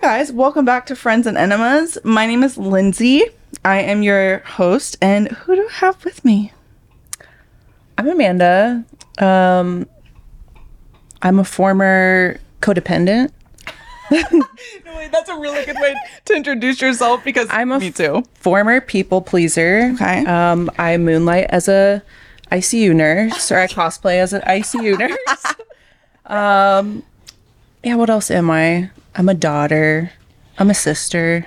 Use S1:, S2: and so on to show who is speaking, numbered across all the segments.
S1: guys, welcome back to Friends and Enemas. My name is Lindsay. I am your host, and who do I have with me?
S2: I'm Amanda. Um, I'm a former codependent.
S1: No, wait, that's a really good way to introduce yourself because
S2: I'm a
S1: me too.
S2: former people pleaser.
S1: Okay.
S2: Um, I moonlight as a ICU nurse, or I cosplay as an ICU nurse. um, yeah. What else am I? I'm a daughter. I'm a sister.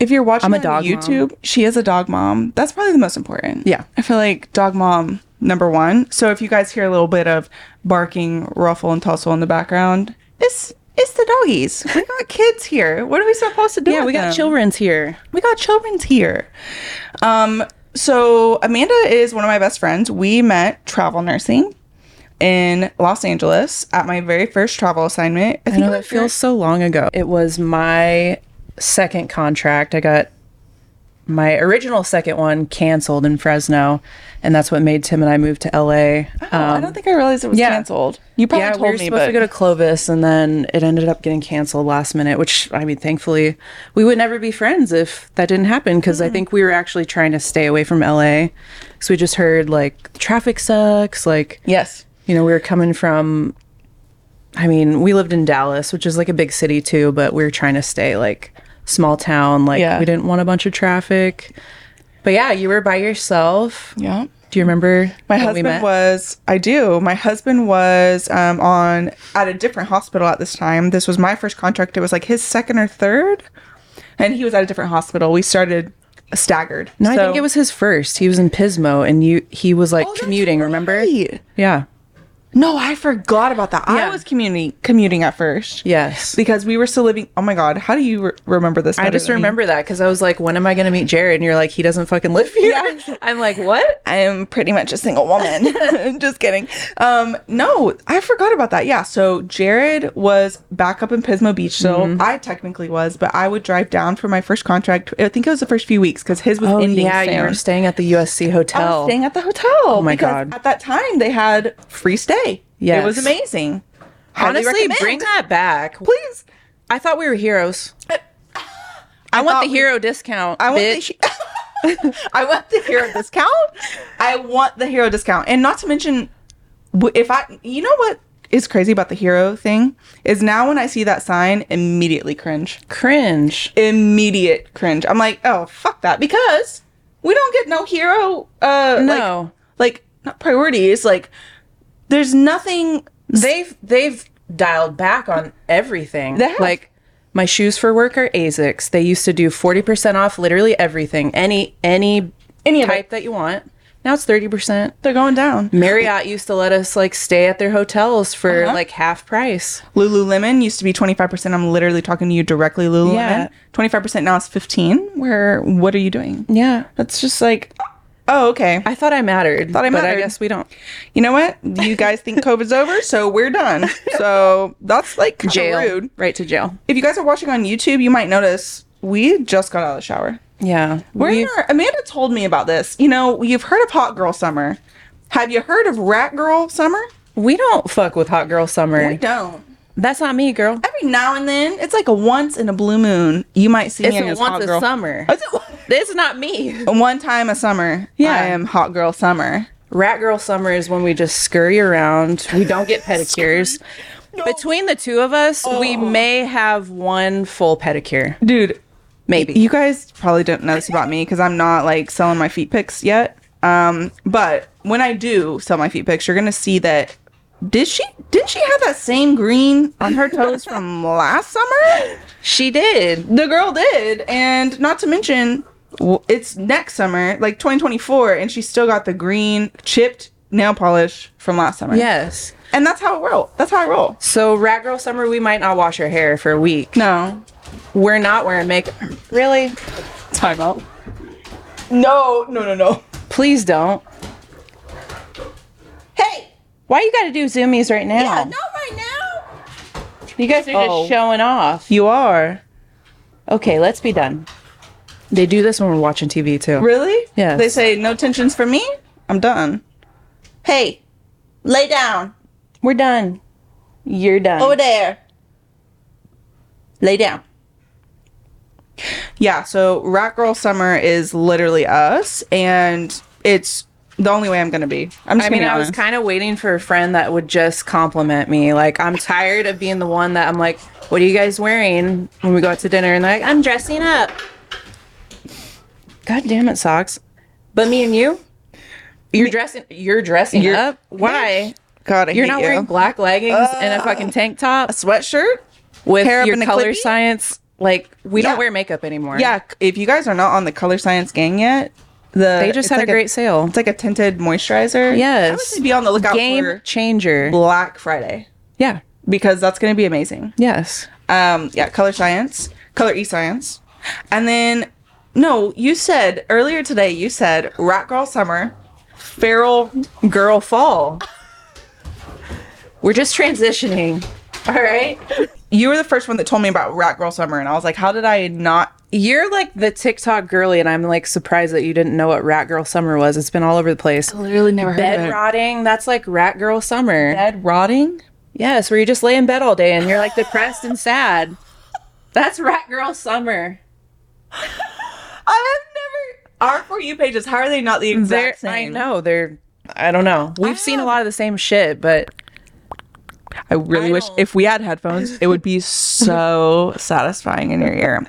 S1: If you're watching
S2: I'm a
S1: on
S2: dog mom.
S1: YouTube, she is a dog mom. That's probably the most important.
S2: Yeah.
S1: I feel like dog mom number one. So if you guys hear a little bit of barking, ruffle, and tussle in the background, it's it's the doggies. We got kids here. What are we supposed to do?
S2: Yeah,
S1: with
S2: we got
S1: them?
S2: children's here.
S1: we got children's here. Um, so Amanda is one of my best friends. We met travel nursing in Los Angeles at my very first travel assignment.
S2: I know
S1: it
S2: that
S1: was your-
S2: feels so long ago. It was my second contract. I got my original second one canceled in Fresno, and that's what made Tim and I move to LA.
S1: Oh, I don't think I realized it was
S2: um, yeah.
S1: canceled. You probably
S2: yeah,
S1: told
S2: we were
S1: me,
S2: supposed
S1: but
S2: to go to Clovis, and then it ended up getting canceled last minute. Which I mean, thankfully, we would never be friends if that didn't happen because
S1: Hmm.
S2: I think we were actually trying to stay away from LA. So we just heard like traffic sucks, like
S1: yes,
S2: you know, we were coming from, I mean, we lived in Dallas, which is like a big city too, but we were trying to stay like small town. Like,
S1: Yeah.
S2: we didn't want a bunch of traffic. But yeah, you were by yourself.
S1: yeah.
S2: Do you remember
S1: My
S2: when we
S1: husband
S2: met?
S1: was, I do. My husband was um, on at a different hospital at this time. This was my first contract. It was like his second or third, and he was at a different hospital. We started staggered.
S2: no, I think it was his first. He was in Pismo and you he was
S1: Oh,
S2: like commuting, remember? Yeah.
S1: No, I forgot about that. I
S2: Yeah.
S1: was commuting commuting at first.
S2: Yes.
S1: Because we were still living. Oh my god, how do you re- remember this?
S2: I
S1: better
S2: just
S1: than me?
S2: remember that because I was like, when am I going to meet Jared? And you're like, he doesn't fucking live here. I'm like, what?
S1: I am pretty much a single woman. Just kidding. Um, no, I forgot about that. Yeah. So Jared was back up in Pismo Beach. So
S2: Mm-hmm.
S1: I technically was, but I would drive down for my first contract. I think it was the first few weeks because his was
S2: Oh,
S1: ending
S2: yeah.
S1: soon.
S2: You were staying at the USC
S1: I was
S2: hotel.
S1: Oh, staying at the hotel. Oh
S2: my God.
S1: At that time, they had free stay. Yeah, It
S2: Yes.
S1: was amazing. Highly
S2: Honestly,
S1: recommend.
S2: bring that back.
S1: please.
S2: I thought we were heroes. I,
S1: thought
S2: want the
S1: we-
S2: hero discount.
S1: I want
S2: bitch.
S1: the I want the hero discount. I want the hero discount, and not to mention, w- if I, you know what is crazy about the hero thing is now when I see that sign, immediately cringe,
S2: cringe.
S1: immediate cringe. I'm like, oh fuck that, because we don't get no hero. Uh,
S2: No.
S1: like, like not priorities. Like, there's nothing.
S2: they've they've dialed back on everything.
S1: They have.
S2: Like my shoes for work are Asics. They used to do 40% off literally everything. Any any
S1: Any of
S2: type that you want. Now it's 30%.
S1: They're going down.
S2: Marriott used to let us like stay at their hotels for
S1: Uh-huh.
S2: like half price.
S1: Lululemon used to be 25%. I'm literally talking to you directly, Lululemon.
S2: Yeah.
S1: 25% now is 15. Where, what are you doing?
S2: Yeah.
S1: That's just like, oh, okay.
S2: I thought I mattered.
S1: Thought I
S2: but
S1: mattered.
S2: I guess we don't.
S1: You know what? You guys think COVID's over, so we're done. So that's like kind
S2: Jail.
S1: of rude.
S2: Right to jail.
S1: If you guys are watching on YouTube, you might notice we just got out of the shower.
S2: Yeah.
S1: We're
S2: We-
S1: in our, Amanda told me about this. You know, you've heard of Hot Girl Summer. Have you heard of Rat Girl Summer?
S2: We don't fuck with hot girl summer.
S1: We don't.
S2: That's not me, girl.
S1: Every now and then, it's like a once in a blue moon, you might see
S2: It's
S1: me in
S2: a
S1: this
S2: once
S1: hot
S2: a
S1: girl.
S2: summer.
S1: Is it-
S2: It's not me.
S1: one time a summer.
S2: Yeah.
S1: I am hot girl summer.
S2: Rat girl summer is when we just scurry around. We don't get pedicures. Oh. Between the two of us, we may have one full pedicure.
S1: Dude,
S2: Maybe.
S1: you guys probably don't know this about me because I'm not like selling my feet pics yet. Um, but when I do sell my feet pics, you're gonna see that did she didn't she have that same green on her toes from last summer?
S2: she did.
S1: The girl did, and not to mention w- it's next summer, like 2024, and she still got the green chipped nail polish from last summer.
S2: Yes.
S1: and that's how it roll. That's how I roll.
S2: So rat girl summer, we might not wash our hair for a week.
S1: No,
S2: We're not wearing makeup. Really?
S1: time out. No, no, no, no.
S2: Please don't.
S1: Hey,
S2: Why you gotta do zoomies right now?
S1: right now.
S2: You guys are
S1: Oh.
S2: just showing off.
S1: You are
S2: Okay, let's be done. They do this when we're watching TV too.
S1: really.
S2: Yes.
S1: They say no tensions for me. I'm done. Hey, lay down
S2: Oh, We're done. You're done.
S1: there. Lay down. Yeah, so Rat Girl Summer is literally us, and it's the only way I'm gonna be. I'm just gonna
S2: I mean,
S1: be
S2: I was
S1: honest.
S2: kind of waiting for a friend that would just compliment me. Like, I'm tired of being the one that I'm like, "What are you guys wearing?" When we go out to dinner, and they're like, "I'm dressing up." God damn it, socks! But me and you, you're dressing. You're dressing
S1: You're-
S2: up. Why?
S1: God, I
S2: You're
S1: hate
S2: not
S1: you.
S2: wearing black leggings and a fucking tank top
S1: sweatshirt.
S2: with
S1: hair up in
S2: your
S1: a
S2: color
S1: clippy?
S2: science. Like, we
S1: Yeah.
S2: don't wear makeup anymore.
S1: Yeah, c- if you guys are not on the Color Science gang yet, the
S2: they just
S1: it's
S2: had
S1: like
S2: a great sale.
S1: It's like a tinted moisturizer. I would
S2: Yes.
S1: say be on the lookout
S2: Game
S1: for
S2: changer.
S1: Black Friday
S2: Yeah.
S1: because that's gonna be amazing.
S2: Yes.
S1: um yeah color science color e-science and then no you said earlier today you said rat girl summer feral
S2: girl fall. We're just transitioning. All right.
S1: you were the first one that told me about rat girl summer and i was like how did i not
S2: You're like the TikTok girly, and I'm like surprised that you didn't know what Rat Girl Summer was. It's been all over the place.
S1: literally never
S2: Bed rotting, that's like Rat Girl Summer.
S1: bed rotting
S2: Yes, where you just lay in bed all day and you're like depressed and sad. That's Rat Girl Summer.
S1: i've never our for you pages how are they not the exact same
S2: They're,
S1: Ah.
S2: I know. They're, I don't know. We've seen a lot of the same shit, but
S1: i really
S2: I
S1: wish
S2: don't-
S1: if we had headphones it would be so satisfying in your ear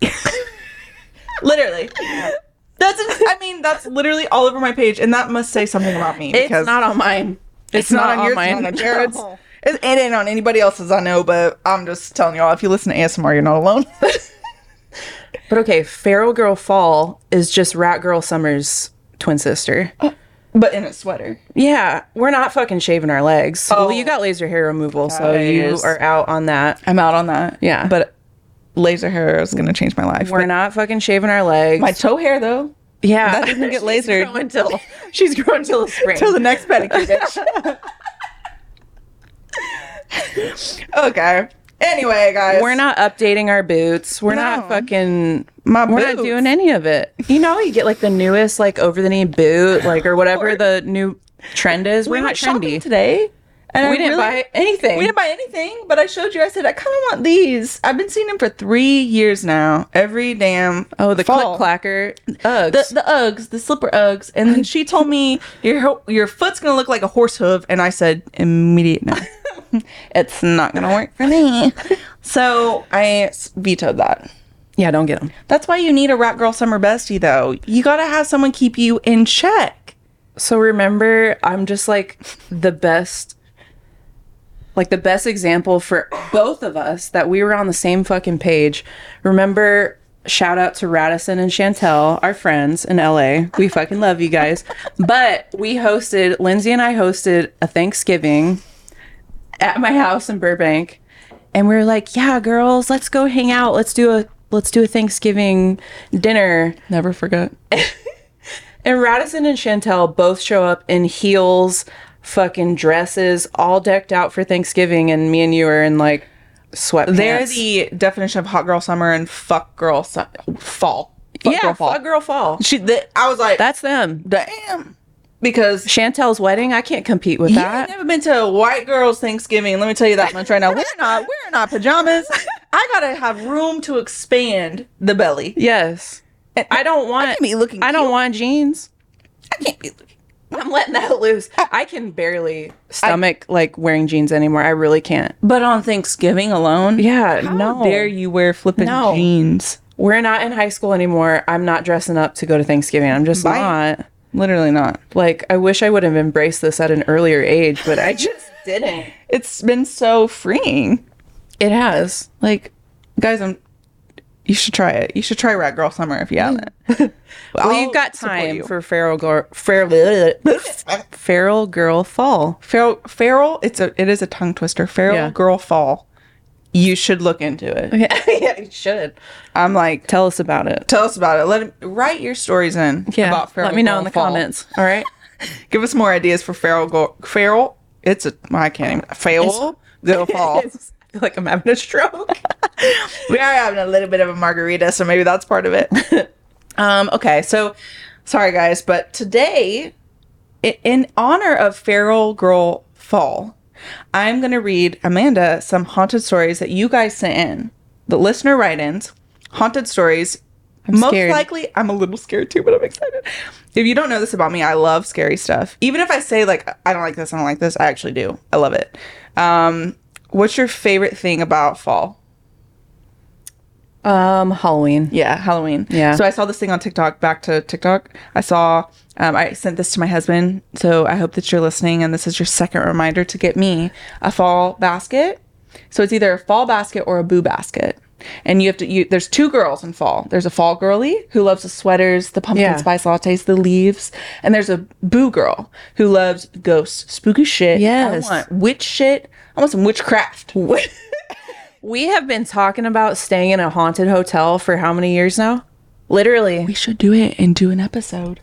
S1: literally that's i mean that's literally all over my page and that must say something about me
S2: it's not on mine. It's,
S1: It's not, on yours, it's not on Jared's. It, it ain't on anybody else's, I know, but I'm just telling y'all, if you listen to ASMR, you're not alone.
S2: But okay, Feral Girl Fall is just Rat Girl Summer's twin sister.
S1: but in a sweater.
S2: Yeah, we're not fucking shaving our legs.
S1: Oh.
S2: Well, you got laser hair removal, so you
S1: Guys.
S2: are out on that.
S1: I'm out on that.
S2: Yeah.
S1: But laser hair is going to change my life.
S2: We're not fucking shaving our legs.
S1: my toe hair, though,
S2: yeah,
S1: that doesn't get
S2: She's
S1: lasered.
S2: growing till she's growing till the spring.
S1: till the next pedicure, bitch. okay. Anyway, guys.
S2: we're not updating our boots. We're
S1: No.
S2: not fucking.
S1: My
S2: We're
S1: boots.
S2: not doing any of it. You know, you get like the newest like over the knee boot, like or whatever the new trend is. We're
S1: We
S2: not
S1: went shopping
S2: trendy.
S1: today. And
S2: We
S1: I
S2: didn't
S1: really-
S2: buy anything.
S1: We didn't buy anything, but I showed you. I said I kind of want these. I've been seeing them for three years now. Every damn
S2: oh, the click
S1: fall.
S2: clacker. Uggs.
S1: the the Uggs, the slipper Uggs, and then she told me your ho- your foot's gonna look like a horse hoof, and I said immediate no, it's not gonna work for me. So I s- vetoed that.
S2: yeah, don't get them.
S1: That's why you need a rat girl summer bestie though. You gotta have someone keep you in check.
S2: So remember, I'm just like the best, like the best example for both of us that we were on the same fucking page. Remember, shout out to Radisson and Chantel, our friends in LA. We fucking love you guys. But we hosted, Lindsay and I hosted a Thanksgiving at my house in Burbank. And we were like, yeah, girls, let's go hang out. Let's do a, let's do a Thanksgiving dinner.
S1: Never forget.
S2: And Radisson and Chantel both show up in heels, fucking dresses, all decked out for Thanksgiving, and me and you are in like sweatpants.
S1: They're the definition of hot girl summer and fuck girl su- fall. Fuck
S2: yeah,
S1: girl fall.
S2: fuck girl fall.
S1: She, the, I was like,
S2: That's them.
S1: damn, because
S2: Chantel's wedding, I can't compete with
S1: You ain't
S2: that.
S1: never been to a white girls Thanksgiving. Let me tell you that much right now. We're not wearing our pajamas. I gotta have room to expand the belly.
S2: Yes, I don't want. I,
S1: can't be looking
S2: don't want jeans.
S1: I can't be looking.
S2: I'm letting that loose. I can barely stomach like wearing jeans anymore. I really can't.
S1: But on Thanksgiving alone,
S2: Yeah,
S1: how
S2: no.
S1: dare you wear flippin'
S2: No.
S1: jeans?
S2: We're not in high school anymore. I'm not dressing up to go to Thanksgiving. I'm just
S1: Bye.
S2: not.
S1: Literally not.
S2: Like, I wish I would have embraced this at an earlier age, but I just didn't.
S1: It's been so freeing.
S2: It has.
S1: Like, guys, I'm. You should try it. You should try Rat Girl Summer if you haven't.
S2: Well,
S1: I'll
S2: you've got
S1: support
S2: time
S1: you.
S2: for feral girl, feral, feral girl fall.
S1: Feral, feral. It's a. It is a tongue twister. Feral
S2: Yeah.
S1: girl fall. You should look into it.
S2: yeah, you should.
S1: I'm like,
S2: Tell us about it.
S1: tell us about it. Let write your stories in
S2: Yeah.
S1: about feral.
S2: Let me know
S1: girl
S2: in the
S1: fall.
S2: comments. All right.
S1: Give us more ideas for feral go- feral. It's a I can't even feral girl fall.
S2: It's- I feel like I'm having a stroke.
S1: we are having a little bit of a margarita, so maybe that's part of it. um, okay, so sorry guys, but today, i- in honor of feral girl fall, I'm going to read Amanda some haunted stories that you guys sent in. The listener write ins, haunted stories. Most
S2: scared.
S1: likely, I'm a little scared too, but I'm excited. If you don't know this about me, I love scary stuff. Even if I say, like, I don't like this, I don't like this, I actually do. I love it. Um, what's your favorite thing about fall?
S2: Um, Halloween.
S1: Yeah, Halloween.
S2: Yeah.
S1: So I saw this thing on TikTok. Back to TikTok. I saw. Um, I sent this to my husband. So I hope that you're listening, and this is your second reminder to get me a fall basket. So it's either a fall basket or a boo basket. And you have to. You, there's two girls in fall. There's a fall girly who loves the sweaters, the pumpkin
S2: Yeah.
S1: spice lattes, the leaves, and there's a boo girl who loves ghosts, spooky shit.
S2: Yes.
S1: I want witch shit. I want some witchcraft.
S2: We have been talking about staying in a haunted hotel for how many years now? Literally.
S1: we should do it and do an episode.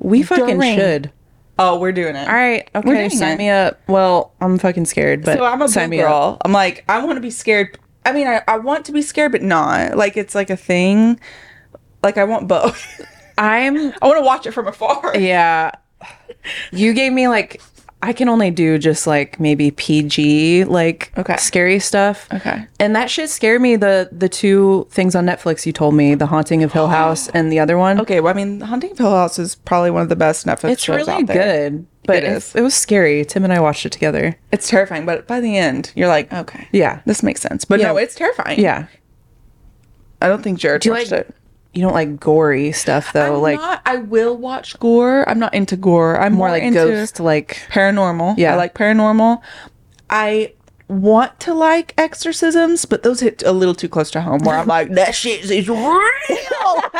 S2: We fucking
S1: During.
S2: should.
S1: Oh, we're doing it.
S2: All right. Okay.
S1: We're doing
S2: sign
S1: it.
S2: me up. Well, I'm fucking scared, but
S1: so I'm a
S2: sign
S1: big
S2: me up.
S1: girl. I'm like, I want to be scared. I mean, I, I want to be scared, but not like it's like a thing. Like I want both.
S2: I'm
S1: I want to watch it from afar.
S2: Yeah. You gave me like I can only do just like maybe PG like
S1: Okay.
S2: scary stuff.
S1: Okay.
S2: And that shit scared me the the two things on Netflix you told me, The Haunting of Hill House and the other one.
S1: Okay. Well, I mean, Hunting of Hill House is probably one of the best Netflix
S2: It's
S1: shows
S2: really
S1: out there.
S2: good, but
S1: It
S2: it,
S1: is.
S2: it was scary. Tim and I watched it together.
S1: It's terrifying, but by the end, you're like, okay,
S2: Yeah.
S1: this makes sense. But
S2: Yeah.
S1: no, it's terrifying.
S2: Yeah.
S1: I don't think Jared
S2: you
S1: watched
S2: like-
S1: it.
S2: You don't like gory stuff though,
S1: I'm
S2: like
S1: not- I will watch gore. I'm not into gore. I'm
S2: more
S1: more,
S2: like
S1: into
S2: ghost like
S1: paranormal.
S2: Yeah.
S1: I like paranormal. I want to like exorcisms, but those hit a little too close to home where I'm like, that shit is real. Get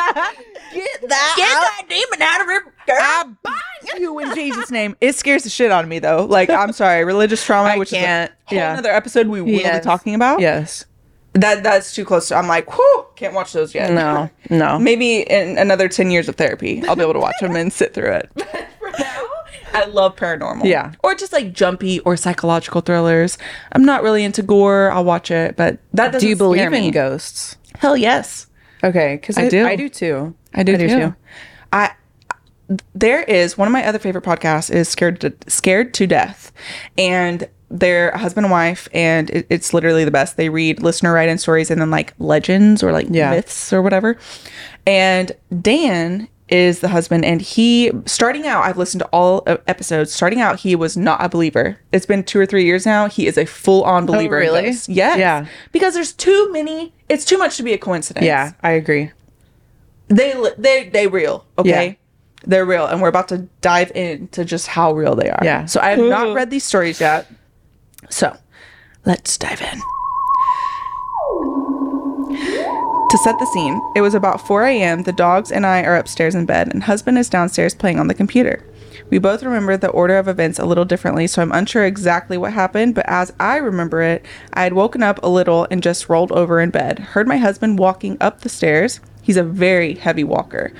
S1: that, Get that demon out of her girl. I bind you in Jesus' name. It scares the shit out of me though. Like, I'm sorry, religious trauma, which
S2: can't.
S1: is a whole
S2: Yeah.
S1: another episode we will
S2: Yes.
S1: be talking about.
S2: Yes.
S1: That that's too close to I'm like, whew, can't watch those yet.
S2: No. No.
S1: Maybe in another 10 years of therapy, I'll be able to watch them and sit through it. But for now, I love paranormal.
S2: Yeah.
S1: Or just like jumpy or psychological thrillers. I'm not really into gore. I'll watch it, but that doesn't
S2: Do you believe
S1: scare me.
S2: in ghosts?
S1: Hell yes.
S2: Okay, because I,
S1: do.
S2: I do too.
S1: I do, too. I there is one of my other favorite podcasts is scared to, scared to death, and they're a husband and wife, and it, it's literally the best. They read listener write-in stories and then like legends or like
S2: Yeah.
S1: myths or whatever. And Dan is the husband, and he starting out. I've listened to all uh, episodes. Starting out, he was not a believer. It's been two or three years now. He is a full-on believer. in
S2: really?
S1: ghosts. Yes.
S2: Yeah.
S1: Because there's too many. It's too much to be a coincidence
S2: Yeah, I agree.
S1: they li- they they real okay
S2: Yeah.
S1: they're real and we're about to dive into just how real they are
S2: Yeah.
S1: so i have not read these stories yet so let's dive in to set the scene it was about 4 a.m the dogs and i are upstairs in bed and husband is downstairs playing on the computer we both remember the order of events a little differently so i'm unsure exactly what happened but as i remember it i had woken up a little and just rolled over in bed heard my husband walking up the stairs he's a very heavy walker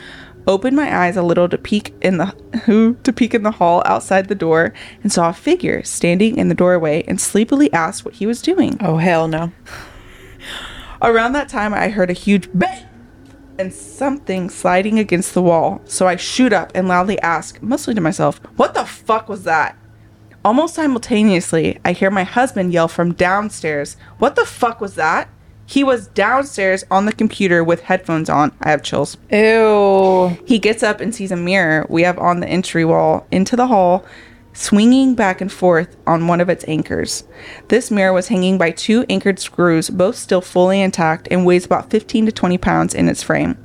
S1: opened my eyes a little to peek in the who to peek in the hall outside the door and saw a figure standing in the doorway and sleepily asked what he was doing
S2: Oh hell no.
S1: Around that time, I heard a huge bang and something sliding against the wall. So I shoot up and loudly ask, mostly to myself, What the fuck was that? Almost simultaneously, I hear my husband yell from downstairs, What the fuck was that? He was downstairs on the computer with headphones on. I have chills.
S2: Ew.
S1: He gets up and sees a mirror we have on the entry wall into the hall, swinging back and forth on one of its anchors. This mirror was hanging by two anchored screws, both still fully intact, and weighs about 15 to 20 pounds in its frame.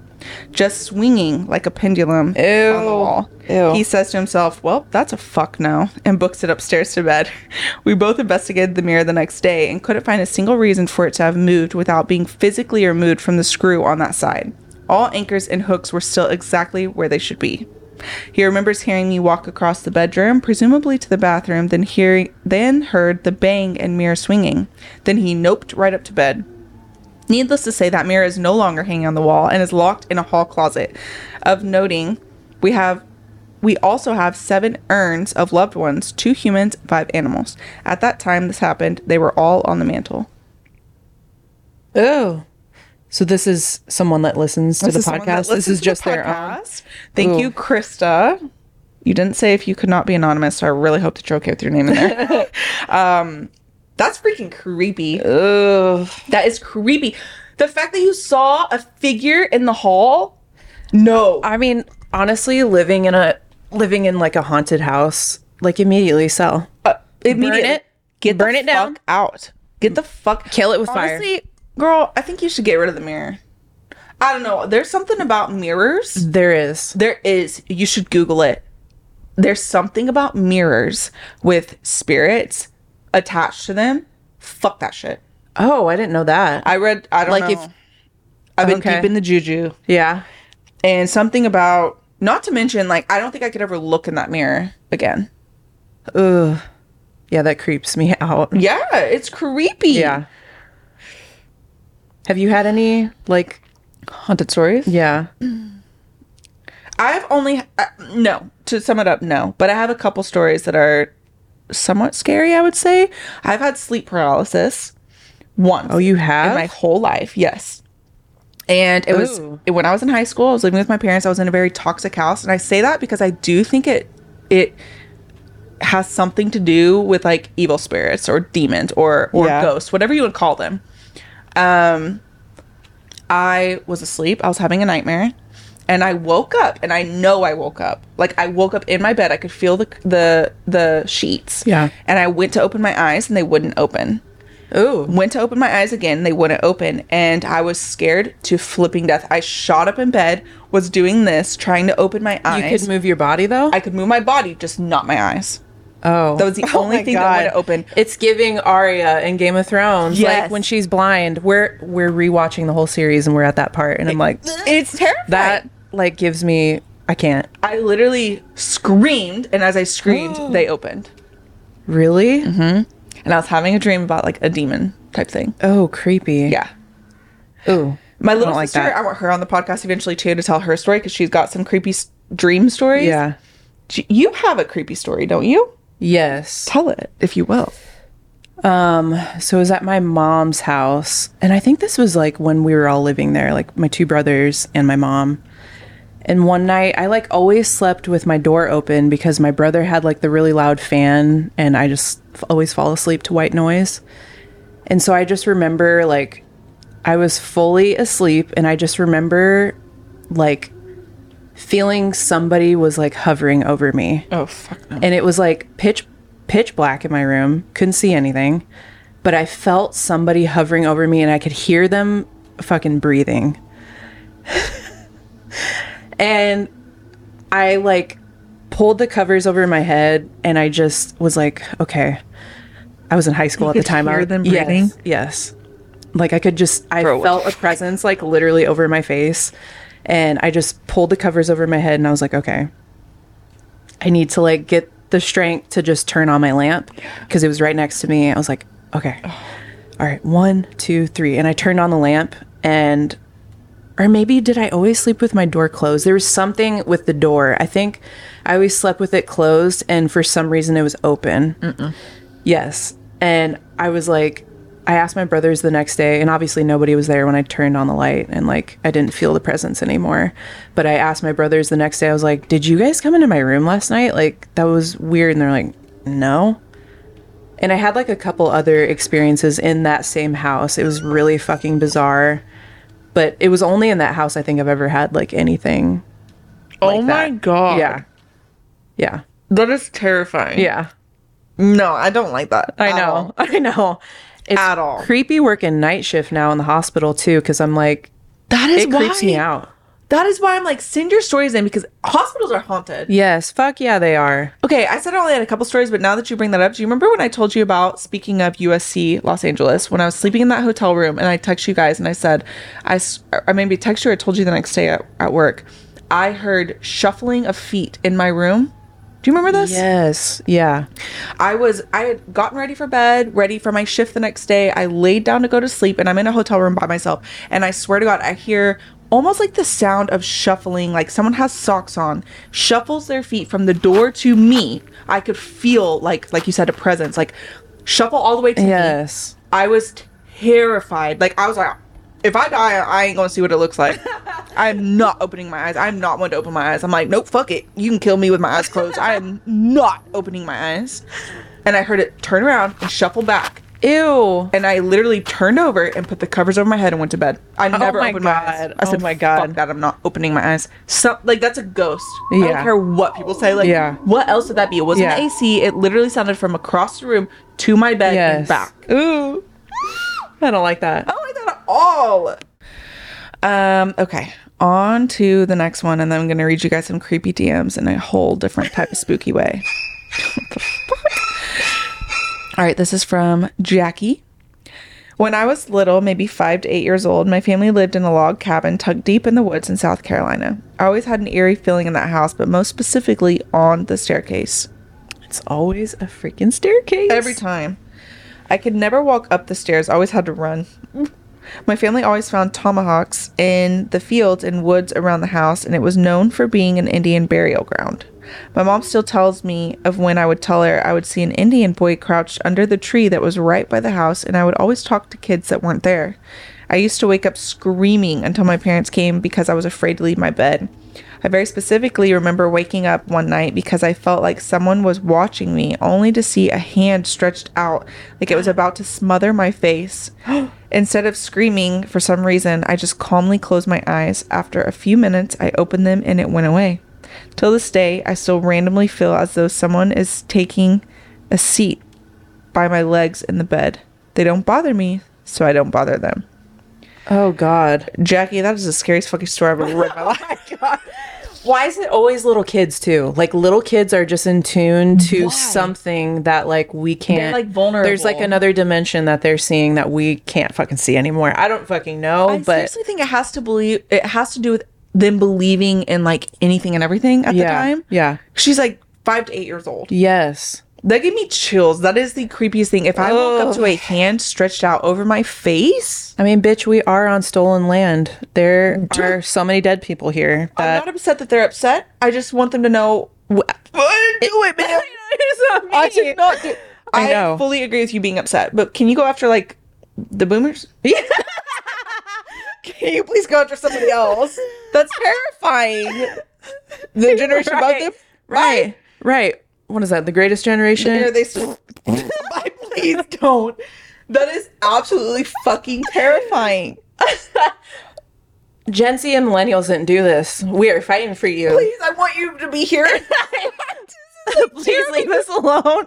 S1: Just swinging like a pendulum on the
S2: Ew.
S1: wall.
S2: Ew.
S1: He says to himself, Well, that's a fuck no, and books it upstairs to bed. we both investigated the mirror the next day and couldn't find a single reason for it to have moved without being physically removed from the screw on that side. All anchors and hooks were still exactly where they should be. He remembers hearing me walk across the bedroom, presumably to the bathroom, then hearing then heard the bang and mirror swinging. Then he noped right up to bed. Needless to say, that mirror is no longer hanging on the wall and is locked in a hall closet. Of noting, we have we also have seven urns of loved ones, two humans, five animals. At that time this happened, they were all on the mantle.
S2: Ew. So this is someone that listens to
S1: This
S2: the
S1: is someone that
S2: podcast. This
S1: listens
S2: is
S1: to the
S2: just their own.
S1: podcast. Thank
S2: Ooh.
S1: you, Krista. You didn't say if you could not be anonymous, so I really hope that you're okay with your name in there. um, that's freaking creepy.
S2: Ugh.
S1: That is creepy. The fact that you saw a figure in the hall. No.
S2: I mean, honestly, living in a living in like a haunted house, like immediately sell.
S1: Uh, immediately.
S2: it.
S1: Get
S2: Burn
S1: the
S2: it down.
S1: fuck out. Get the fuck.
S2: Kill it with fire.
S1: Honestly, girl, I think you should get rid of the mirror. I don't know. There's something about mirrors.
S2: There is.
S1: There is. You should Google it. There's something about mirrors with spirits attached to them. Fuck that shit.
S2: Oh, I didn't know that.
S1: I read. I don't
S2: Like
S1: know.
S2: if-
S1: I've been
S2: Okay.
S1: deep in the juju
S2: yeah.
S1: and something about. Not to mention, like I don't think I could ever look in that mirror again.
S2: Ugh. Yeah, that creeps me out.
S1: Yeah, it's creepy.
S2: Yeah. Have you had any like
S1: haunted stories.
S2: yeah.
S1: I've only uh, no. To sum it up, no. But I have a couple stories that are somewhat scary. I would say I've had sleep paralysis once.
S2: Oh, you
S1: in
S2: have?
S1: my whole life. Yes. And it was
S2: Ooh.
S1: when I was in high school, I was living with my parents. I was in a very toxic house, and I say that because I do think it it has something to do with like evil spirits or demons or or
S2: Yeah.
S1: ghosts, whatever you would call them. Um I was asleep. I was having a nightmare. And I woke up and I know I woke up. Like I woke up in my bed. I could feel the the the sheets.
S2: Yeah.
S1: And I went to open my eyes and they wouldn't open
S2: Ooh.
S1: went to open my eyes again they wouldn't open and i was scared to flipping death i shot up in bed was doing this trying to open my
S2: You
S1: eyes
S2: could move your body though?
S1: i could move my body just not my eyes
S2: oh.
S1: that was the only
S2: my
S1: thing that wouldn't open.
S2: It's giving Arya in Game of Thrones
S1: Yes.
S2: like when she's blind. We're we're rewatching the whole series and we're at that part and I'm like
S1: it's terrifying
S2: that like gives me I can't.
S1: i literally screamed and as i screamed they opened
S2: Really?
S1: Mm-hmm. and i was having a dream about like a demon type thing
S2: Oh, creepy.
S1: yeah
S2: Ooh.
S1: my little
S2: don't like
S1: sister
S2: that.
S1: i want her on the podcast eventually too to tell her story because she's got some creepy s- dream stories
S2: Yeah.
S1: She- you have a creepy story don't you
S2: Yes.
S1: tell it if you will
S2: Um, so it was at my mom's house, and I think this was like when we were all living there, like my two brothers and my mom. And one night, I like always slept with my door open because my brother had like the really loud fan, and I just f- always fall asleep to white noise. And so I just remember like I was fully asleep, and I just remember like feeling somebody was like hovering over me
S1: oh fuck no
S2: and it was like pitch pitch black in my room couldn't see anything but i felt somebody hovering over me and i could hear them fucking breathing and i like pulled the covers over my head and i just was like okay i was in high school at the
S1: could
S2: time I
S1: hear
S2: was-
S1: them
S2: Yes,
S1: breathing?
S2: yes like i could just i
S1: Bro, what
S2: felt a presence like literally over my face and i just pulled the covers over my head and i was like okay I need to like get the strength to just turn on my lamp because it was right next to me. I was like, okay, all right, one, two, three. And I turned on the lamp and, or maybe did I always sleep with my door closed? There was something with the door. I think I always slept with it closed and for some reason it was open. Yes. And I was like, I asked my brothers the next day, and obviously nobody was there when I turned on the light and like I didn't feel the presence anymore. But I asked my brothers the next day, I was like, Did you guys come into my room last night? Like, that was weird. And they're like, No. And I had like a couple other experiences in that same house. It was really fucking bizarre. But it was only in that house I think I've ever had like anything.
S1: oh
S2: like
S1: my
S2: that.
S1: god
S2: Yeah. Yeah.
S1: That is terrifying.
S2: Yeah.
S1: No, I don't like that.
S2: I
S1: at
S2: know.
S1: all.
S2: I know. It's
S1: At all.
S2: creepy working night shift now in the hospital too, because I'm like,
S1: That is
S2: it
S1: why
S2: creeps me out.
S1: That is why I'm like, send your stories in because hospitals are haunted.
S2: Yes, fuck yeah, they are.
S1: Okay, I said I only had a couple stories, but now that you bring that up, do you remember when I told you about speaking of USC Los Angeles when I was sleeping in that hotel room and I text you guys and I said, I, s- or maybe text you or told you the next day at, at work, I heard shuffling of feet in my room. Do you remember this?
S2: Yes, yeah.
S1: I was I had gotten ready for bed, ready for my shift the next day. I laid down to go to sleep and I'm in a hotel room by myself and I swear to god I hear almost like the sound of shuffling like someone has socks on, shuffles their feet from the door to me. I could feel like like you said a presence like shuffle all the way to me.
S2: Yes.
S1: I was terrified. Like I was like if I die, I ain't gonna see what it looks like. I'm not opening my eyes. I'm not one to open my eyes. I'm like, nope, fuck it. You can kill me with my eyes closed. I am not opening my eyes. And I heard it turn around and shuffle back.
S2: Ew.
S1: And I literally turned over and put the covers over my head and went to bed. I never
S2: Oh my
S1: opened my eyes.
S2: God.
S1: I said,
S2: Oh my God.
S1: fuck that. I'm not opening my eyes. So, like, that's a ghost. I
S2: Yeah.
S1: don't care what people say. Like,
S2: Yeah.
S1: what else would that be? It wasn't
S2: Yeah.
S1: AC. It literally sounded from across the room to my bed and
S2: Yes.
S1: back.
S2: Ooh. I don't like that.
S1: I don't like that at all. Um, okay. On to the next one, and then I'm gonna read you guys some creepy DMs in a whole different type of spooky way. What the fuck? All right, this is from Jackie. When I was little, maybe five to eight years old, my family lived in a log cabin tucked deep in the woods in South Carolina. I always had an eerie feeling in that house, but most specifically on the staircase.
S2: It's always a freaking staircase.
S1: Every time. I could never walk up the stairs. I always had to run. My family always found tomahawks in the fields and woods around the house, and it was known for being an Indian burial ground. My mom still tells me of when I would tell her I would see an Indian boy crouched under the tree that was right by the house, and I would always talk to kids that weren't there. I used to wake up screaming until my parents came because I was afraid to leave my bed. I very specifically remember waking up one night because I felt like someone was watching me, only to see a hand stretched out like it was about to smother my face. Instead of screaming for some reason, I just calmly closed my eyes. After a few minutes, I opened them and it went away. Till this day, I still randomly feel as though someone is taking a seat by my legs in the bed. They don't bother me, so I don't bother them.
S2: Oh God.
S1: Jackie, that is the scariest fucking story I've ever read in my life.
S2: Why is it always little kids too? Like little kids are just in tune to something that like we can't.
S1: like, vulnerable.
S2: There's like another dimension that they're seeing that we can't fucking see anymore. I don't fucking know,
S1: I
S2: but
S1: seriously think it has to believe it has to do with them believing in like anything and everything at the
S2: yeah,
S1: time.
S2: yeah,
S1: She's like five to eight years old.
S2: yes.
S1: That gave me chills. That is the creepiest thing. If I woke up to a hand stretched out over my face,
S2: I mean, bitch, we are on stolen land. There are so many dead people here.
S1: I'm
S2: That
S1: not upset that they're upset. I just want them to know
S2: Wha-
S1: I didn't do it, man.
S2: It's not
S1: I
S2: me.
S1: did not do
S2: I
S1: I,
S2: know.
S1: fully agree with you being upset, but can you go after like the boomers? can you please go after somebody else? That's terrifying. The generation above
S2: Right.
S1: them,
S2: Right, right. What is that? The greatest generation?
S1: Are they? s- Bye, please don't. That is absolutely fucking terrifying.
S2: Gen Z and millennials didn't do this. We are fighting for you.
S1: Please, I want you to be here.
S2: Please, leave us alone.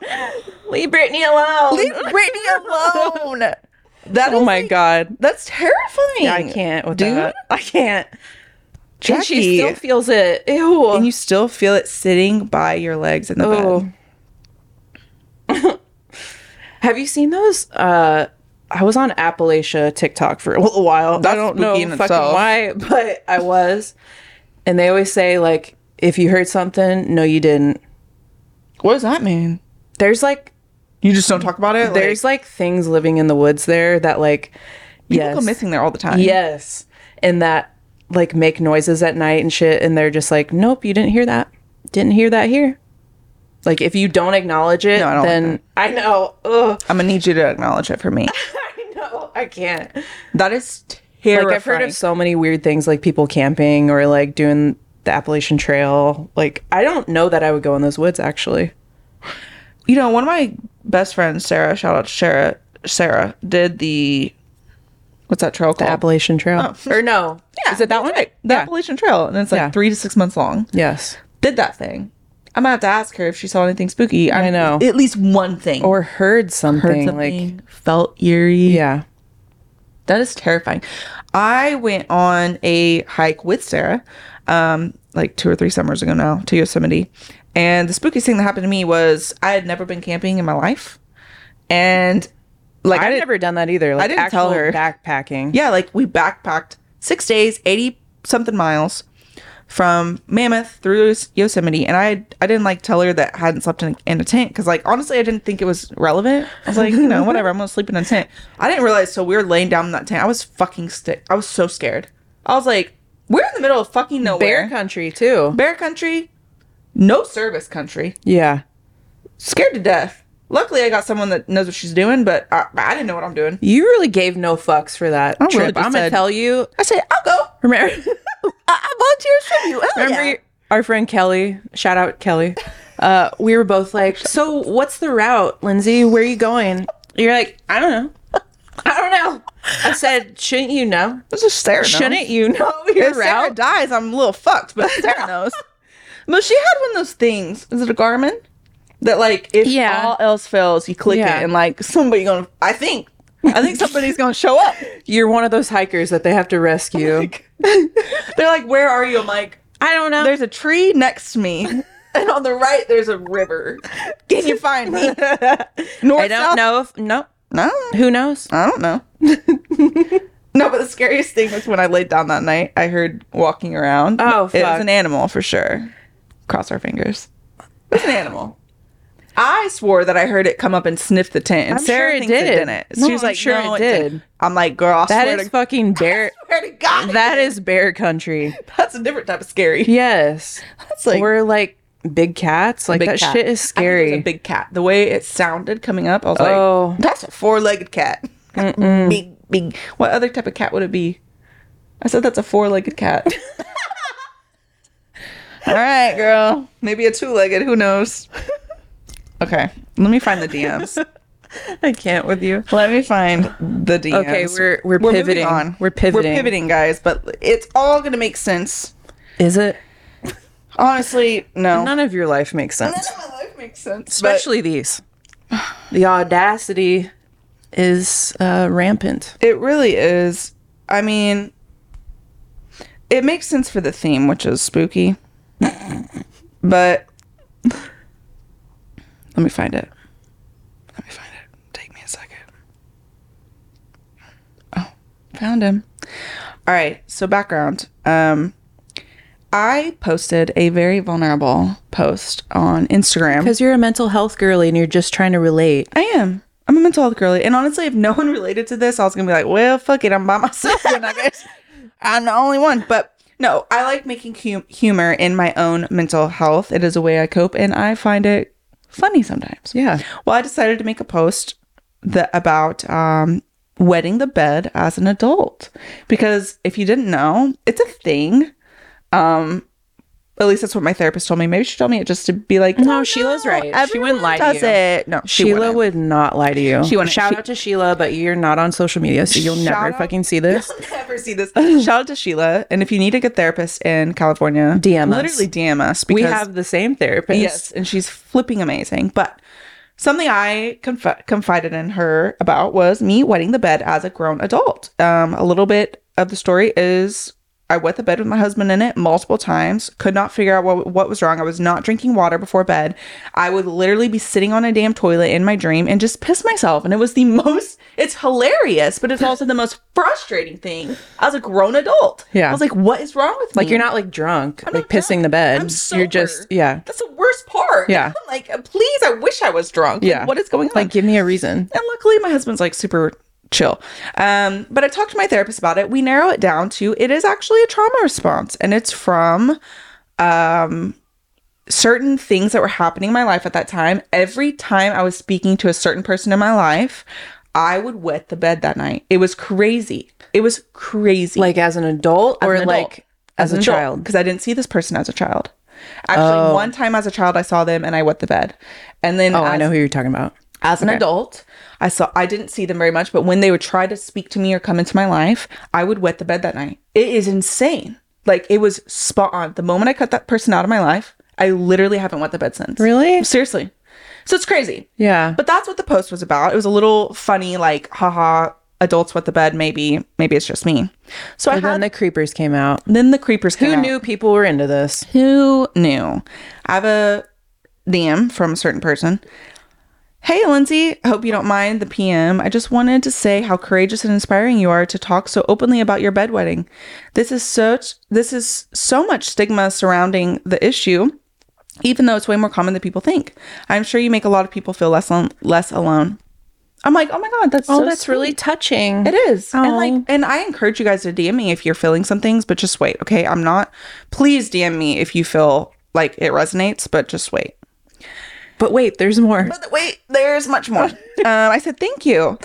S2: Leave Brittany alone.
S1: Leave Brittany alone. That
S2: oh
S1: is,
S2: my
S1: like-
S2: god.
S1: that's terrifying.
S2: I can't with
S1: Dude.
S2: that. I can't. And
S1: Jackie.
S2: she still feels it. Ew.
S1: and you still feel it sitting by your legs in the bed.
S2: Ew. Have you seen those? Uh, I was on Appalachia TikTok for a little while.
S1: That's
S2: I don't know
S1: spooky in
S2: fucking
S1: itself.
S2: why, but I was. And they always say like, if you heard something, no, you didn't.
S1: What does that mean?
S2: There's like
S1: You just don't talk about it. There's
S2: there's like things living in the woods there that like
S1: people
S2: yes
S1: go missing there all the time.
S2: yes and that like make noises at night and shit and they're just like nope you didn't hear that didn't hear that here like if you don't acknowledge it
S1: No, I don't like
S2: then i know Ugh,
S1: I'm gonna need you to acknowledge it for me.
S2: i know i can't
S1: That is terrifying.
S2: like i've heard of so many weird things like people camping or like doing the appalachian trail like i don't know that i would go in those woods actually
S1: you know, one of my best friends, Sarah, shout out to Sarah, Sarah, did the what's that trail called?
S2: appalachian trail
S1: Oh.
S2: or no
S1: yeah,
S2: is it that one
S1: right, the
S2: Yeah.
S1: Appalachian Trail, and it's like
S2: Yeah.
S1: three to six months long.
S2: yes
S1: Did that thing. I'm gonna have to ask her if she saw anything spooky. I,
S2: know.
S1: at least one thing,
S2: or heard something,
S1: heard
S2: like
S1: something, felt eerie.
S2: yeah
S1: That is terrifying. I went on a hike with Sarah, um, like two or three summers ago now to Yosemite. And the spookiest thing that happened to me was I had never been camping in my life. And like I
S2: I've
S1: didn't,
S2: never done that either. Like,
S1: didn't tell
S2: actual
S1: her.
S2: backpacking.
S1: yeah, like we backpacked six days, 80 something miles from Mammoth through Yos- Yosemite. And I, I didn't like tell her that I hadn't slept in, in a tent. Cause like, honestly, I didn't think it was relevant. I was like, you know, whatever, I'm going to sleep in a tent. I didn't realize. So we were laying down in that tent. I was fucking sick. I was so scared. I was like, we're in the middle of fucking nowhere.
S2: bear country too.
S1: Bear country, no service country,
S2: Yeah,
S1: scared to death. Luckily, I got someone that knows what she's doing, but I, I didn't know what I'm doing.
S2: You really gave no fucks for that
S1: Oh, I really
S2: trip.
S1: just
S2: I'm gonna
S1: said-
S2: tell you.
S1: I said, I'll go.
S2: Remember,
S1: I, I volunteer with you.
S2: remember our friend Kelly. Shout out Kelly. Uh, we were both like, "So what's the route, Lindsay? Where are you going?" You're like, "I don't know. I don't know." I said, "Shouldn't you know?
S1: This is Sarah. knows.
S2: Shouldn't you know your
S1: If
S2: route?"
S1: Sarah dies, I'm a little fucked, but Sarah knows. But she had one of those things. Is it a Garmin? That like if
S2: Yeah.
S1: all else fails, you click
S2: Yeah.
S1: it and like somebody gonna. I think. I think somebody's gonna show up.
S2: You're one of those hikers that they have to
S1: Oh
S2: rescue.
S1: They're like, "Where are you?" I'm like, "Oh,
S2: I don't know.
S1: "There's a tree next to me, and on the right there's a river. Can you find me?" North,
S2: I don't
S1: south?
S2: know if no.
S1: No,
S2: Who knows?
S1: I don't know. no, but the scariest thing was when I laid down that night, I heard walking around.
S2: Oh,
S1: It
S2: fuck.
S1: was an animal for sure. Cross our fingers. It was an animal. I swore that I heard it come up and sniff the tent, and
S2: I'm
S1: Sarah
S2: sure it
S1: thinks
S2: did.
S1: it didn't.
S2: No,
S1: she was
S2: I'm
S1: like,
S2: sure
S1: "No,
S2: it
S1: it didn't."
S2: did.
S1: I'm like, "Girl, I
S2: That
S1: swear,
S2: is
S1: to,
S2: fucking bear.
S1: I swear to God,
S2: That is bear country.
S1: that's a different type of scary."
S2: Yes.
S1: That's like
S2: We're like big cats. Like
S1: Big
S2: that
S1: cat.
S2: shit
S1: I think
S2: is
S1: it was
S2: scary.
S1: a big cat. The way it sounded coming up, I was
S2: Oh.
S1: like, "That's a four-legged cat." big, big. What other type of cat would it be? I said that's a four-legged cat. All right, girl. Maybe a two-legged. Who knows? Okay, let me find the DMs.
S2: I can't with you.
S1: let me find the DMs.
S2: Okay, we're- we're
S1: moving
S2: pivoting.
S1: on.
S2: We're pivoting.
S1: We're pivoting, guys. But it's all gonna make sense.
S2: Is it?
S1: Honestly, no.
S2: None of your life makes sense.
S1: of my life makes sense. Especially,
S2: Especially these. The audacity is uh, rampant.
S1: it really is. I mean, it makes sense for the theme, which is spooky. but let me find it. Let me find it. Take me a second. Oh, found him. All right. So background. Um, I posted a very vulnerable post on Instagram.
S2: Because you're a mental health girly and you're just trying to relate.
S1: I am. I'm a mental health girly. And honestly, if no one related to this, I was gonna be like, well, fuck it, I'm by myself then I guess. I'm the only one. But no, I like making hu- humor in my own mental health. It is a way I cope, and I find it funny sometimes.
S2: Yeah.
S1: Well, I decided to make a post that about um, wetting the bed as an adult because if you didn't know, it's a thing. Um, at least that's what my therapist told me. Maybe she told me it just to be like, "Oh,
S2: No, Sheila's right. She wouldn't lie to
S1: does
S2: you.
S1: It. No, she
S2: Sheila
S1: wouldn't.
S2: would not lie to you.
S1: She wouldn't.
S2: Shout
S1: She-
S2: out to Sheila, but you're not on social media, so you'll
S1: Shout
S2: never
S1: out-
S2: fucking see this.
S1: never see this. Shout out to Sheila. And if you need a good therapist in California,
S2: DM us.
S1: Literally DM us.
S2: We
S1: Because,
S2: have the same therapist.
S1: yes, and she's flipping amazing. But something I conf- confided in her about was me wetting the bed as a grown adult. Um, a little bit of the story is I wet the bed with my husband in it multiple times. Could not figure out what what was wrong. I was not drinking water before bed. I would literally be sitting on a damn toilet in my dream and just piss myself. And it was the most. It's hilarious, but it's also the most frustrating thing as a grown adult.
S2: Yeah.
S1: I was like, what is wrong with me?
S2: Like you're not like drunk, like
S1: not
S2: pissing
S1: drunk.
S2: the bed.
S1: I'm
S2: You're just
S1: sober.
S2: yeah.
S1: That's the worst part.
S2: Yeah.
S1: I'm like, please, I wish I was drunk. Like,
S2: Yeah.
S1: what is going on?
S2: Like give me a reason.
S1: and luckily, my husband's like super chill. Um, but I talked to my therapist about it. We narrow it down to it is actually a trauma response, and it's from um, certain things that were happening in my life at that time. Every time I was speaking to a certain person in my life, I would wet the bed that night. It was crazy. It was crazy
S2: Like as an adult or
S1: an adult.
S2: like as, a child.
S1: Mm-hmm. because I didn't see this person as a child. Actually, one time as a child, I saw them and I wet the bed, and then
S2: Oh,
S1: as,
S2: I know who you're talking about.
S1: as an adult, I saw I didn't see them very much. But when they would try to speak to me or come into my life, I would wet the bed that night. It is insane. Like it was spot on. The moment I cut that person out of my life, I literally haven't wet the bed since.
S2: Really?
S1: Seriously. So it's crazy.
S2: Yeah.
S1: But that's what the post was about. It was a little funny, like, haha, adults wet the bed. Maybe, maybe it's just me. So I
S2: But
S1: had
S2: then the creepers came out.
S1: then the creepers came
S2: Mm-hmm. Who
S1: out.
S2: knew people were into this?
S1: Who knew? I have a DM from a certain person. Hey, Lindsay, hope you don't mind the PM. I just wanted to say how courageous and inspiring you are to talk so openly about your bedwetting. This is such this is so much stigma surrounding the issue, even though it's way more common than people think. I'm sure you make a lot of people feel less al- less alone. I'm like, oh my god, that's
S2: Oh,
S1: so
S2: that's
S1: sweet.
S2: really touching.
S1: It is. And
S2: Oh.
S1: like and I encourage you guys to DM me if you're feeling some things, but just wait, okay? I'm not. Please DM me if you feel like it resonates, but just wait.
S2: But wait, there's more.
S1: But th- wait, there's much more. um, I said, thank you.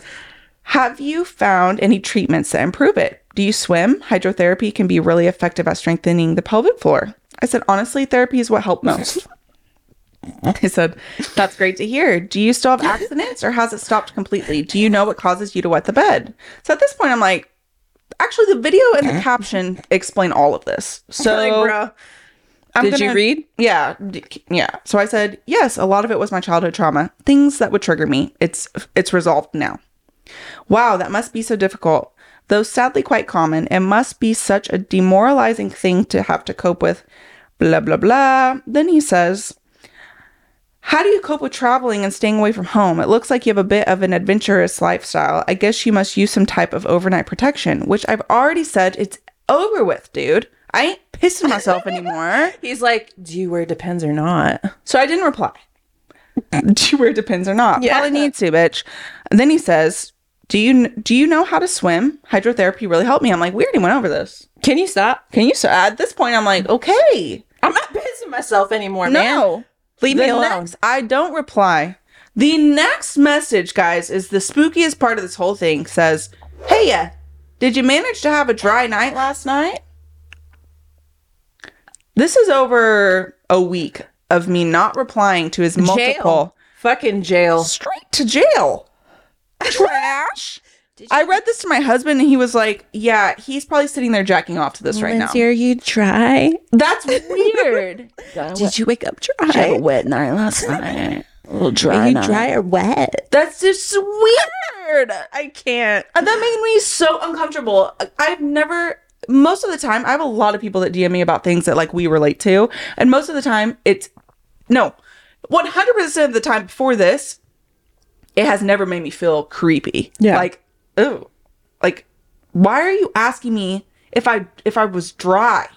S1: Have you found any treatments that improve it? Do you swim? Hydrotherapy can be really effective at strengthening the pelvic floor. I said, honestly, therapy is what helped most. I said, that's great to hear. Do you still have accidents or has it stopped completely? Do you know what causes you to wet the bed? So at this point, I'm like, actually, the video and the caption explain all of this. So, I'm
S2: Did you read?
S1: Yeah, d- yeah. So I said yes. A lot of it was my childhood trauma, things that would trigger me. It's it's resolved now. Wow, that must be so difficult. Though sadly quite common, it must be such a demoralizing thing to have to cope with. Blah blah blah. Then he says, "How do you cope with traveling and staying away from home? It looks like you have a bit of an adventurous lifestyle. I guess you must use some type of overnight protection, which I've already said it's over with, dude. I ain't pissing myself anymore."
S2: He's like, do you wear depends or not?
S1: So I didn't reply. Do you wear depends or not?
S2: Yeah.
S1: Probably need to, bitch. And then he says, "Do you do you know how to swim? Hydrotherapy really helped me." I'm like, "We already went over this.
S2: Can you stop?
S1: Can you?" So at this point, I'm like, "Okay,
S2: I'm not pissing myself anymore, man.
S1: no,
S2: Leave
S1: The
S2: me alone.
S1: next- I don't reply. The next message, guys, is the spookiest part of this whole thing. Says, "Hey, yeah, did you manage to have a dry night last night?" This is over a week of me not replying to his multiple
S2: Jail. Fucking jail.
S1: straight to jail. Trash. I read this to my husband and he was like, "Yeah, he's probably sitting there jacking off to this right now."
S2: are you dry?
S1: That's weird.
S2: Did you wake up dry?
S3: wet night last night. A little dry night.
S2: or wet?
S1: That's just weird. I can't. And that made me so uncomfortable. I've never most of the time I have a lot of people that DM me about things that like we relate to, and most of the time it's no. 100% of the time before this, it has never made me feel creepy.
S2: Yeah.
S1: Like, oh. Like why are you asking me if I if I was dry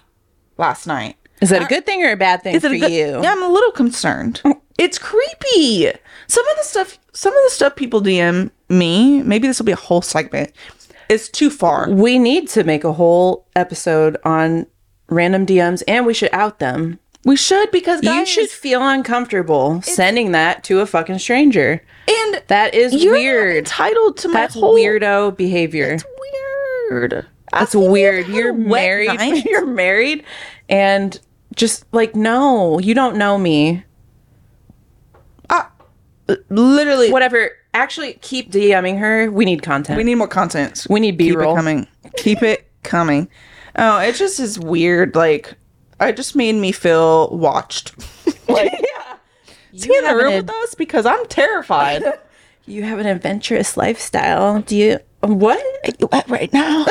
S1: last night?
S2: Is that a good thing or a bad thing
S1: Is it
S2: for
S1: a good-
S2: you?
S1: Yeah, I'm a little concerned. It's creepy. Some of the stuff, some of the stuff people DM me. Maybe this will be a whole segment. It's too far.
S2: We need to make a whole episode on random DMs and we should out them.
S1: We should because
S2: you
S1: guys,
S2: should feel uncomfortable sending that to a fucking stranger.
S1: And
S2: That is
S1: you're not
S2: weird.
S1: entitled to my
S2: That's
S1: whole
S2: weirdo behavior.
S1: weird.
S2: That's
S1: Asking me if
S2: weird.
S1: I had a
S2: You're
S1: wet
S2: married.
S1: night?
S2: You're married and just like no, you don't know me.
S1: Literally,
S2: Whatever. Actually, keep DMing her. We need content.
S1: we need more content.
S2: We need
S1: keep
S2: B-roll.
S1: it coming. Keep it coming. Oh, it just is weird. Like, it just made me feel watched. like, is he in the
S2: have
S1: room
S2: an
S1: with us? Because I'm terrified.
S2: You have an adventurous lifestyle. Do you what?
S3: You wet right now.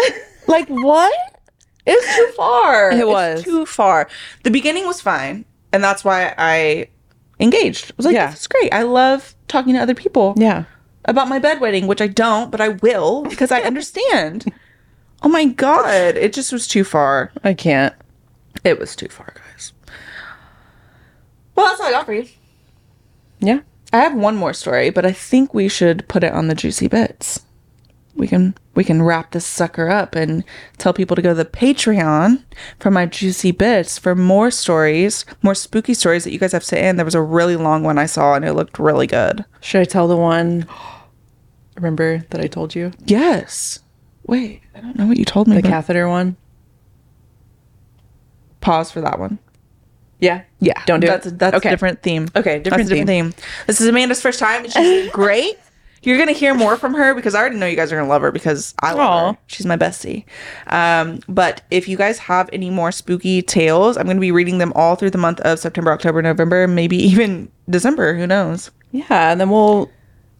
S1: Like what? It's too far. It
S2: was.
S1: too far. The beginning was fine, and that's why I engaged. I was like,
S2: Yeah.
S1: yeah. "This is great. I love talking to other people
S2: Yeah.
S1: about my bedwetting, which I don't, but I will because I understand." oh my god! It just was too far.
S2: I can't.
S1: It was too far, guys. Well, that's all I got for you.
S2: Yeah.
S1: I have one more story, but I think we should put it on the juicy bits. We can we can wrap this sucker up and tell people to go to the Patreon for my juicy bits for more stories, more spooky stories that you guys have sent in. There was a really long one I saw and it looked really good.
S2: Should I tell the one remember that I told you?
S1: Yes. Wait, I don't know what you told me.
S2: The
S1: but-
S2: catheter one?
S1: Pause for that one.
S2: Yeah.
S1: Yeah,
S2: Don't do
S1: that's
S2: it.
S1: A, that's
S2: Okay.
S1: a different theme.
S2: Okay, different
S1: that's a different theme. This is Amanda's first time. and She's great. You're gonna hear more from her because I already know you guys are gonna love her because I love
S2: Aw.
S1: her. She's my bestie. Um, but if you guys have any more spooky tales, I'm gonna be reading them all through the month of September, October, November, maybe even December. Who knows?
S2: Yeah, and then we'll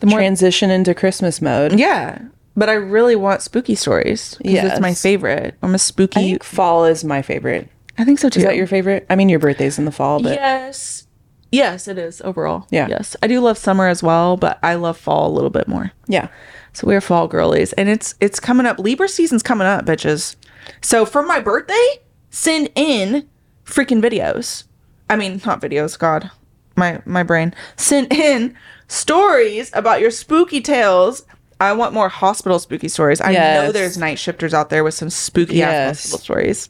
S2: transition into Christmas mode.
S1: Yeah, but I really want spooky stories. Yeah, it's my
S2: Yes.
S1: favorite. I'm a spooky.
S2: I think fall is my favorite.
S1: I think so too.
S2: Is that your favorite? I mean, your birthday's in the fall, but
S1: yes. Yes, it is overall.
S2: Yeah.
S1: Yes. I do love summer as well, but I love fall a little bit more.
S2: yeah.
S1: So we're fall girlies, and it's it's coming up. Libra season's coming up, bitches. So for my birthday, send in freaking videos. I mean, not videos. God, my my brain. Send in stories about your spooky tales. I want more hospital spooky stories. I know
S2: Yes.
S1: there's night shifters out there with some spooky ass
S2: Yes.
S1: hospital stories.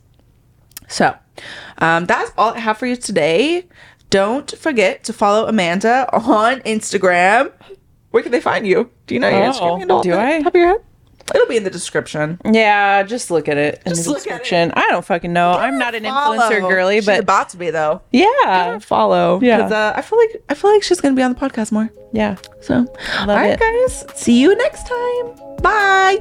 S1: So um, that's all I have for you today. Don't forget to follow Amanda on Instagram. Where can they find you? Do you know
S2: Oh.
S1: your Instagram handle?
S2: do
S1: off the
S2: I?
S1: Top of your head? It'll be in the description.
S2: Yeah, just look at it in
S1: Just
S2: the
S1: look at it.
S2: description. I don't fucking know. I'm not an influencer
S1: Follow.
S2: girly,
S1: She's
S2: but
S1: about to be though.
S2: yeah,
S1: Follow.
S2: Yeah.
S1: Yeah. Uh, I feel like I feel like she's gonna be on the podcast more.
S2: yeah.
S1: So, all right,
S2: it.
S1: guys. See you next time. Bye.